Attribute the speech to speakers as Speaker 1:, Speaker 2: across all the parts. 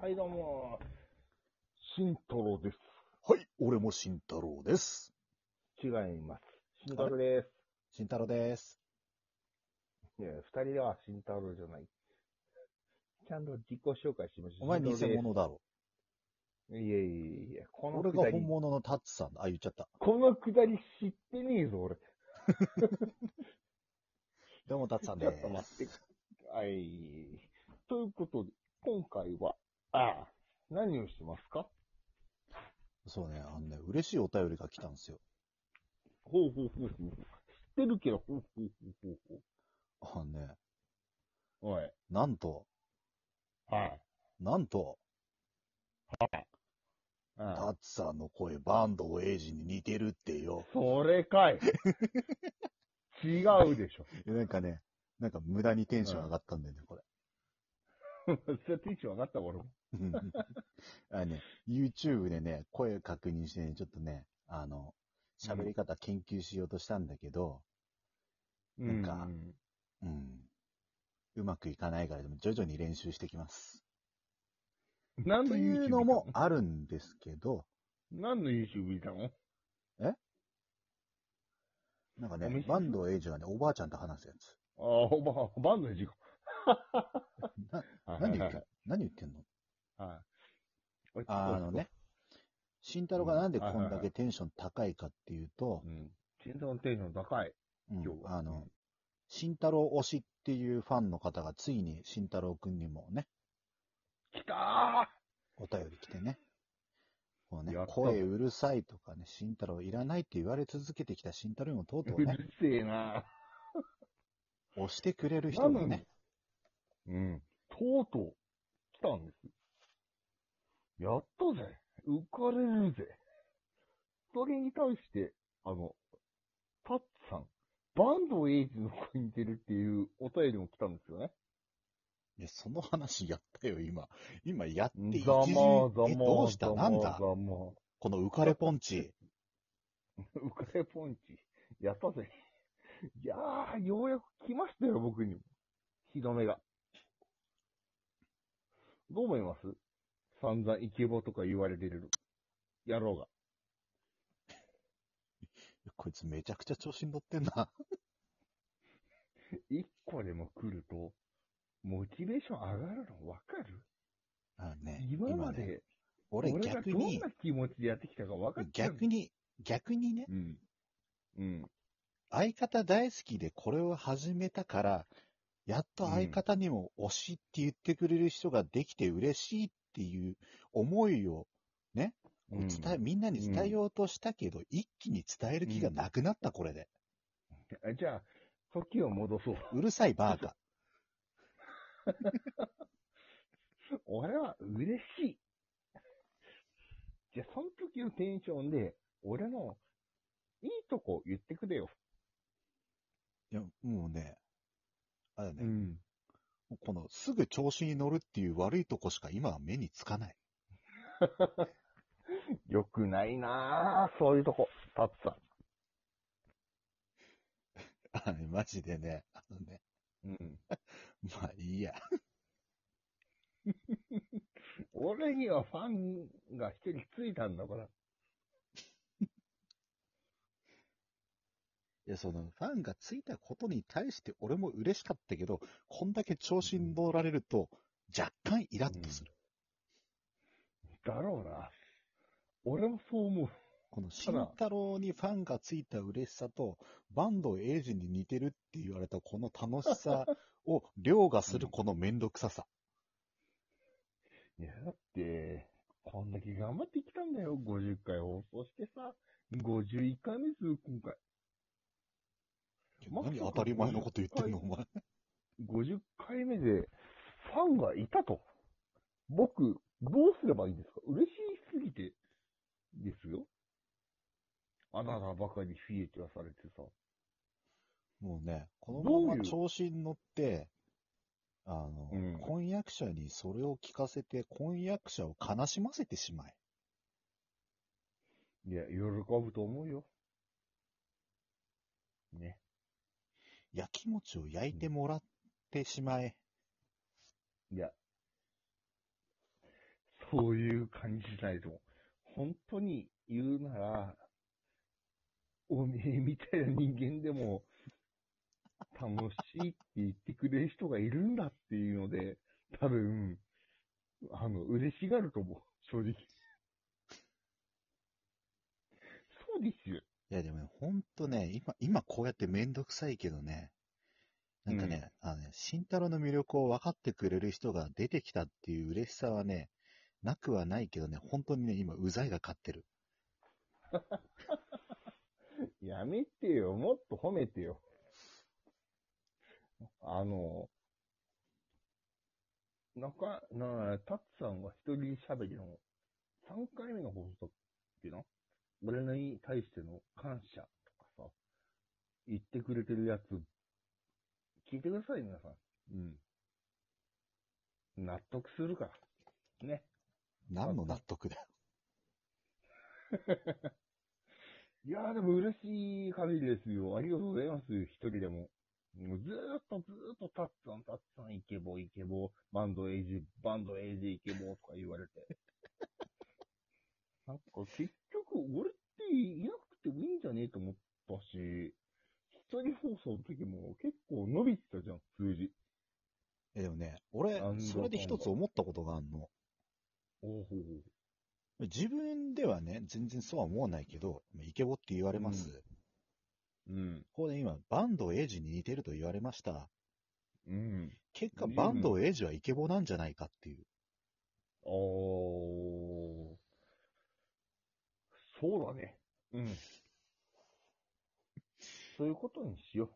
Speaker 1: はい、どうも。慎太郎です。
Speaker 2: はい、俺も慎太郎です。
Speaker 1: 違います。慎太郎です。
Speaker 2: 慎太郎です。
Speaker 1: いや、二人では慎太郎じゃない。ちゃんと自己紹介しましょう。
Speaker 2: お前偽
Speaker 1: 慎太郎
Speaker 2: 物だろ。
Speaker 1: です。いやいやいや、この
Speaker 2: 俺
Speaker 1: く
Speaker 2: が
Speaker 1: だ
Speaker 2: 本
Speaker 1: り、
Speaker 2: 物のタッツさんだ。あ、言っちゃった。
Speaker 1: このくだり知ってねえぞ、俺。
Speaker 2: どうもタッツさん
Speaker 1: ち
Speaker 2: で
Speaker 1: ょっと待って
Speaker 2: す。。
Speaker 1: はい。ということで、今回は、ああ、何をしてますか
Speaker 2: そうね、あのね、嬉しいお便りが来たんですよ。
Speaker 1: ほうほうほうほう。知ってるけど、ほうほうほうほう
Speaker 2: あのね、
Speaker 1: ほう。おい。
Speaker 2: なんと、
Speaker 1: はい。
Speaker 2: なんと、タ
Speaker 1: ああ
Speaker 2: ッツさんの声、バンドエイジに似てるってよ。
Speaker 1: それか い。違うでしょ。
Speaker 2: いやなんかね、なんか無駄にテンション上がったんだよね、これ。
Speaker 1: それテンション上がった俺も。
Speaker 2: うんあのね、YouTube でね、声確認してね、ちょっとね、あの、喋り方研究しようとしたんだけど、なんかうん。うまくいかないから、でも徐々に練習してきます。
Speaker 1: うん、何
Speaker 2: と
Speaker 1: の YouTube
Speaker 2: いうの
Speaker 1: 見た
Speaker 2: もあるんですけど、
Speaker 1: 何の YouTube 見たの
Speaker 2: なんか
Speaker 1: お店
Speaker 2: ね
Speaker 1: で、
Speaker 2: バンドエイジはね、おばあちゃんと話すやつ。
Speaker 1: ああ、おば、バンドの事
Speaker 2: な
Speaker 1: 故。は
Speaker 2: 何言っ
Speaker 1: い
Speaker 2: てんの何言ってんの
Speaker 1: はいはい。
Speaker 2: あのね。、慎太郎がなんでこんだけテンション高いかっていうと
Speaker 1: う、ん。心臓のテンション高い。
Speaker 2: うん
Speaker 1: 今日は
Speaker 2: あ
Speaker 1: う
Speaker 2: の
Speaker 1: ん、
Speaker 2: 慎太郎推しっていうファンの方がついに慎太郎くんにもね、
Speaker 1: きたー
Speaker 2: お便り来てね、こうね
Speaker 1: やっ、た
Speaker 2: 声うるさいとかね、慎太郎いらないって言われ続けてきた慎太郎にもとうと
Speaker 1: う
Speaker 2: うね、
Speaker 1: るせえな
Speaker 2: 推してくれる人が
Speaker 1: なの
Speaker 2: ね
Speaker 1: に、うん。とうとう、来たんです。やったぜ。浮かれるぜ。それに対して、あの、タッツさん、バンドエイジの子に似てるっていうお便りも来たんですよね。
Speaker 2: いや、その話やったよ、今。今やって一時
Speaker 1: ざまざ
Speaker 2: え、
Speaker 1: ま。
Speaker 2: どうした
Speaker 1: ざま
Speaker 2: なんだ
Speaker 1: ざま。
Speaker 2: この浮かれポンチ。
Speaker 1: 浮かれポンチ。やったぜ。いやー、ようやく来ましたよ、僕にも。日の目が。どう思います散々イケボとか言われてる野郎が。
Speaker 2: こいつめちゃくちゃ調子に乗ってんな。
Speaker 1: 一個でも来ると、モチベーション上がるのわかる
Speaker 2: あのね、
Speaker 1: 今ま
Speaker 2: ね、
Speaker 1: で、
Speaker 2: 俺
Speaker 1: 俺が
Speaker 2: 逆
Speaker 1: どん
Speaker 2: に
Speaker 1: な、気持ちでやってきたかわかっちゃう。
Speaker 2: 逆に、逆にね、
Speaker 1: うん。うん。
Speaker 2: 相方大好きでこれを始めたから、やっと相方にも推しって言ってくれる人ができて嬉しいっていう思いを伝え、みんなに伝えようとしたけど、一気に伝える気がなくなった、これで。
Speaker 1: えじゃあ、時を戻そう。
Speaker 2: うるさいバーカ。
Speaker 1: 俺は嬉しい。じゃあ、その時のテンションで、俺のいいとこ言ってくれよ。
Speaker 2: いや、もうね、あれね、
Speaker 1: ん。
Speaker 2: このすぐ調子に乗るっていう悪いとこしか今は目につかない。
Speaker 1: よくないなぁ、そういうとこ、タッツさ
Speaker 2: あれマジでね、あのね、
Speaker 1: ん。うん。
Speaker 2: まあいいや。
Speaker 1: 俺にはファンが一人ついたんだから。
Speaker 2: いや、そのファンがついたことに対して俺も嬉しかったけど、こんだけ調子に乗られると若干イラッとする。
Speaker 1: だろうな。俺もそう思う。
Speaker 2: この慎太郎にファンがついた嬉しさと、バンドエイジに似てるって言われたこの楽しさを凌駕するこのめんどくささ。
Speaker 1: いや、だって、こんだけ頑張ってきたんだよ、50回放送してさ。51回目ですよ、今回。まさか
Speaker 2: 何当たり前のこと言ってんの、お前。
Speaker 1: 50回目でファンがいたと。僕、どうすればいいんですか嬉しすぎて、ですよ。あなたばかりフィーチャーされてさ。
Speaker 2: もうね、この
Speaker 1: どういう
Speaker 2: まま調子に乗って、あの、
Speaker 1: うん
Speaker 2: 婚約者にそれを聞かせて、婚約者を悲しませてしまい。
Speaker 1: いや、喜ぶと思うよ。ね。
Speaker 2: やきもちを焼いてもらってしまえ。
Speaker 1: いや。そういう感じじゃないと思う。本当に言うなら、おめえみたいな人間でも、楽しいって言ってくれる人がいるんだっていうので、多分、あの、嬉しがると思う、正直。そうですよ。
Speaker 2: いや、でもね、ほんとね、今、今こうやってめんどくさいけどね、なんかね、あのね、慎太郎の魅力を分かってくれる人が出てきたっていう嬉しさはね、なくはないけどね、本当にね、今、うざいが勝ってる。
Speaker 1: やめてよ、もっと褒めてよ。あの、なか、なあ、タッツさんは一人喋りの3回目の放送っていうの俺に対しての感謝とかさ、言ってくれてるやつ、聞いてください、皆さん。うん。納得するから。ね。
Speaker 2: 何の納得だよ。
Speaker 1: いやーでも嬉しい限りですよ。ありがとうございます、一人でも。もうずーっとずーっとタッツァン、タッツァン、イケボ、イケボ、バンドエイジ、バンドエイジ、イケボとか言われて。 なんか結局、俺っていなくてもいいんじゃねえと思ったし、一人放送の時も結構伸びてたじゃん、数字。
Speaker 2: えでもね、俺
Speaker 1: なん、だ
Speaker 2: それで
Speaker 1: かんだ
Speaker 2: 一つ思ったことがあんの。
Speaker 1: おお
Speaker 2: 自分ではね、全然そうは思わないけど、イケボって言われます。
Speaker 1: うんうん。
Speaker 2: ここで今、バンドエイジに似てると言われました。
Speaker 1: うん。
Speaker 2: 結果、バンドエイジはイケボなんじゃないかっていう。
Speaker 1: おー。そうだね。うん。そういうことにしよ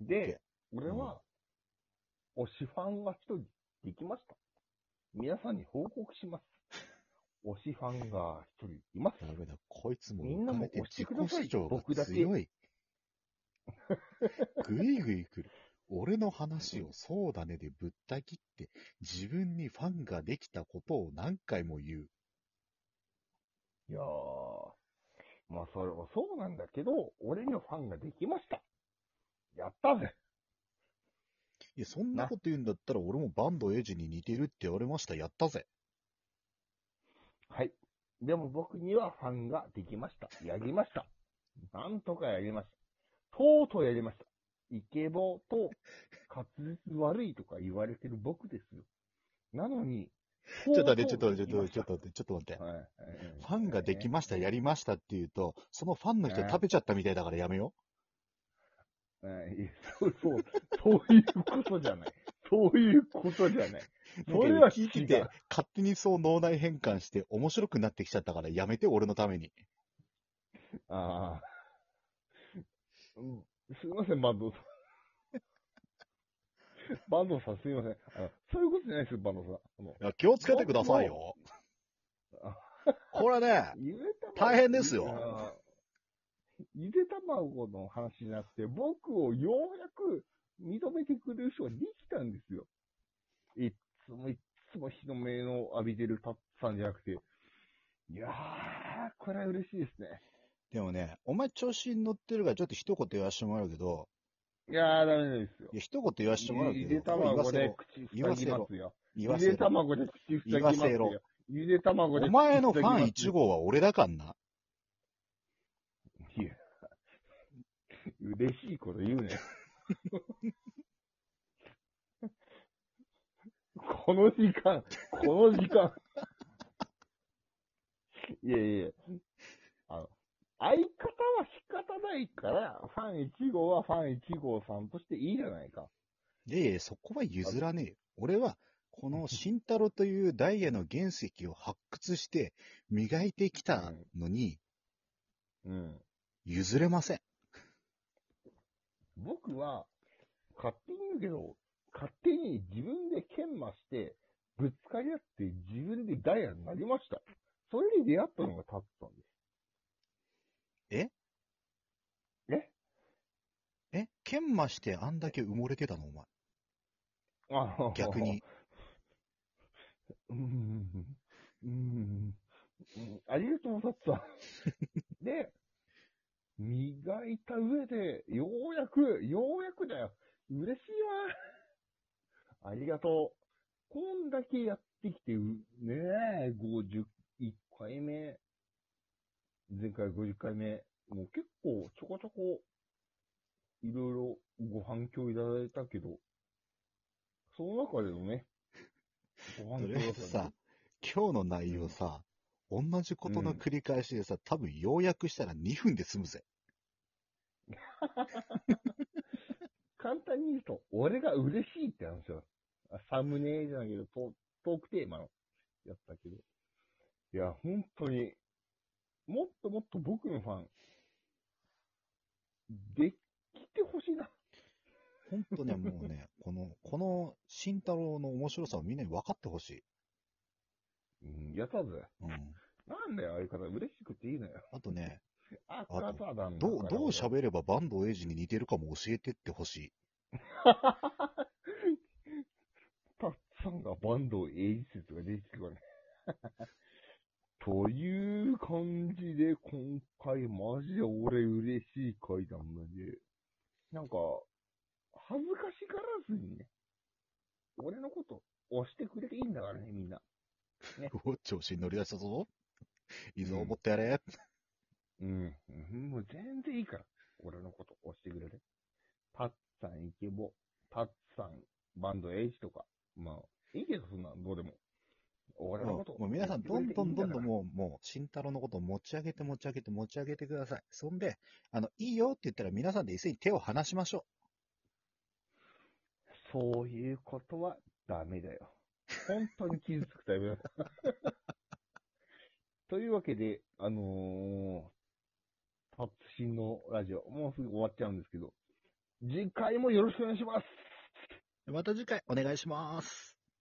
Speaker 1: う。で、俺は、推しファンが一人できました。皆さんに報告します。推しファンが一人います。
Speaker 2: ダメだ、こいつも
Speaker 1: みんなも
Speaker 2: 浮かれて
Speaker 1: 押してく
Speaker 2: 自
Speaker 1: だ
Speaker 2: 己
Speaker 1: さい
Speaker 2: 主張
Speaker 1: 僕
Speaker 2: が
Speaker 1: だけ
Speaker 2: 強い。ぐいぐい来る。俺の話をそうだねでぶった切って、自分にファンができたことを何回も言う。
Speaker 1: いやー。まあ、それはそうなんだけど、俺にはファンができました。やったぜ。
Speaker 2: いや、そんなこと言うんだったら俺もバンドエイジに似てるって言われました。やったぜ。
Speaker 1: はい。でも僕にはファンができました。やりました。なんとかやりました。とうとうやりました。イケボと滑舌悪いとか言われてる僕ですよ。なのに、ち
Speaker 2: ちょっと待って、ちょっと待って、ちょっと待って、ちょっと待って、ちょっと待って。
Speaker 1: はい。
Speaker 2: ファンができました、やりましたって言うと、そのファンの人食べちゃったみたいだからやめよ
Speaker 1: た。はいいやそうそう。そういうことじゃない。そういうことじゃない。
Speaker 2: う。
Speaker 1: それは
Speaker 2: 聞いて
Speaker 1: 違
Speaker 2: て
Speaker 1: う、
Speaker 2: 勝手にそう脳内変換して面白くなってきちゃったからやめて、俺のために。
Speaker 1: ああ。うんすいません、バンド さん。バンドさん、すいません。あのそういうことじゃないですよ、バンドさん。あの
Speaker 2: いや気をつけてくださいよ
Speaker 1: あ。
Speaker 2: これね、
Speaker 1: ゆで卵
Speaker 2: 大変ですよ
Speaker 1: あーゆで卵の話じゃなくて、僕をようやく認めてくれる人ができたんですよ。いっつもいっつも日の目を浴びてるタッツさんじゃなくて。いやー、これは嬉しいですね。
Speaker 2: でもね、お前調子に乗ってるからちょっと一言言わせてもらうけど、
Speaker 1: いやー、ダメですよ
Speaker 2: い。や一言言わせてもらうけ
Speaker 1: ゆ
Speaker 2: ど、
Speaker 1: で卵
Speaker 2: 言
Speaker 1: で
Speaker 2: わ
Speaker 1: 口塞ぎますよ。
Speaker 2: せろ。言
Speaker 1: ゆ
Speaker 2: わせ
Speaker 1: で
Speaker 2: ろ。
Speaker 1: 卵で口塞ぎます
Speaker 2: 言わせ
Speaker 1: よ。ゆで卵で
Speaker 2: お
Speaker 1: 口
Speaker 2: 前の
Speaker 1: 塞ぎ
Speaker 2: フ
Speaker 1: ますよ
Speaker 2: ァン1号は俺だかんな。
Speaker 1: いや、嬉しいこと言うね。 この時間、この時間。いやいやあの、相方は仕方ないから、ファン1号はファン1号さんとしていいじゃないか。
Speaker 2: いやいや、そこは譲らねえよ。俺は、この慎太郎というダイヤの原石を発掘して、磨いてきたのに、
Speaker 1: うん。
Speaker 2: 譲れません。
Speaker 1: 僕は、勝手に言うけど、勝手に自分で研磨して、ぶつかり合って自分でダイヤになりました。それで出会ったのがタッツさんです。
Speaker 2: え研磨してあんだけ埋もれてたのお前。
Speaker 1: あの
Speaker 2: 逆に。。
Speaker 1: うん。うん。うんありがとう、タッツさん。で、磨いた上で、ようやく、ようやくだよ。嬉しいわ。ありがとう。こんだけやってきて、うねえ、51回目、前回50回目、もう結構ちょこちょこ、いろいろご反響いただいたけど、その中でのね、ご
Speaker 2: とりあえず
Speaker 1: だった
Speaker 2: さ
Speaker 1: ね、
Speaker 2: 今日の内容さ、同じことの繰り返しでさ、多分要約したら2分で済むぜ。
Speaker 1: 簡単に言うと、俺が嬉しいって話だ。あサムネじゃないけど、トトークテーマのやったけど。いや、本当に、もっともっと僕のファン、できてほしいな。
Speaker 2: ほんとね、もうね、この、この慎太郎の面白さをみんなに分かってほしい。
Speaker 1: うん、やったぜ。
Speaker 2: うん。
Speaker 1: なんだよ、相方。嬉しくていいのよ。
Speaker 2: あとね、
Speaker 1: あ、
Speaker 2: と
Speaker 1: ただなんだ
Speaker 2: どう、どう
Speaker 1: 喋
Speaker 2: 喋ればバンドエイジに似てるかも教えてってほしい。
Speaker 1: たっさんがバンドを演出が出てきてからね。 という感じで、今回マジで俺嬉しい回だもんで。なんか、恥ずかしがらずにね、俺のこと押してくれていいんだからね、みんな。
Speaker 2: お調子に乗り出したぞ。いいぞ、
Speaker 1: うん
Speaker 2: 持ってやれ。
Speaker 1: うん。うんもう全然いいから。俺のこと押してくれる。タッツさんイケボ、タッツさんバンド H とか。まあ、いいけど、そんなん、どうでも。俺の
Speaker 2: も
Speaker 1: こ
Speaker 2: う
Speaker 1: と
Speaker 2: もう皆さん、ど
Speaker 1: 押し
Speaker 2: ん
Speaker 1: て
Speaker 2: ど
Speaker 1: くれ
Speaker 2: ん
Speaker 1: てい
Speaker 2: ど
Speaker 1: い
Speaker 2: んど
Speaker 1: だか
Speaker 2: ん
Speaker 1: ら
Speaker 2: もう、もう、慎太郎のことを持ち上げて持ち上げて持ち上げてください。そんで、あの、いいよって言ったら皆さんで一斉に手を離しましょ
Speaker 1: そういうことはダメだよ。本当に傷つくタイプだ。 というわけで、あのー、タッツシンのラジオ、もうすぐ終わっちゃうんですけど、次回もよろしくお願いします
Speaker 2: う。また次回お願いします。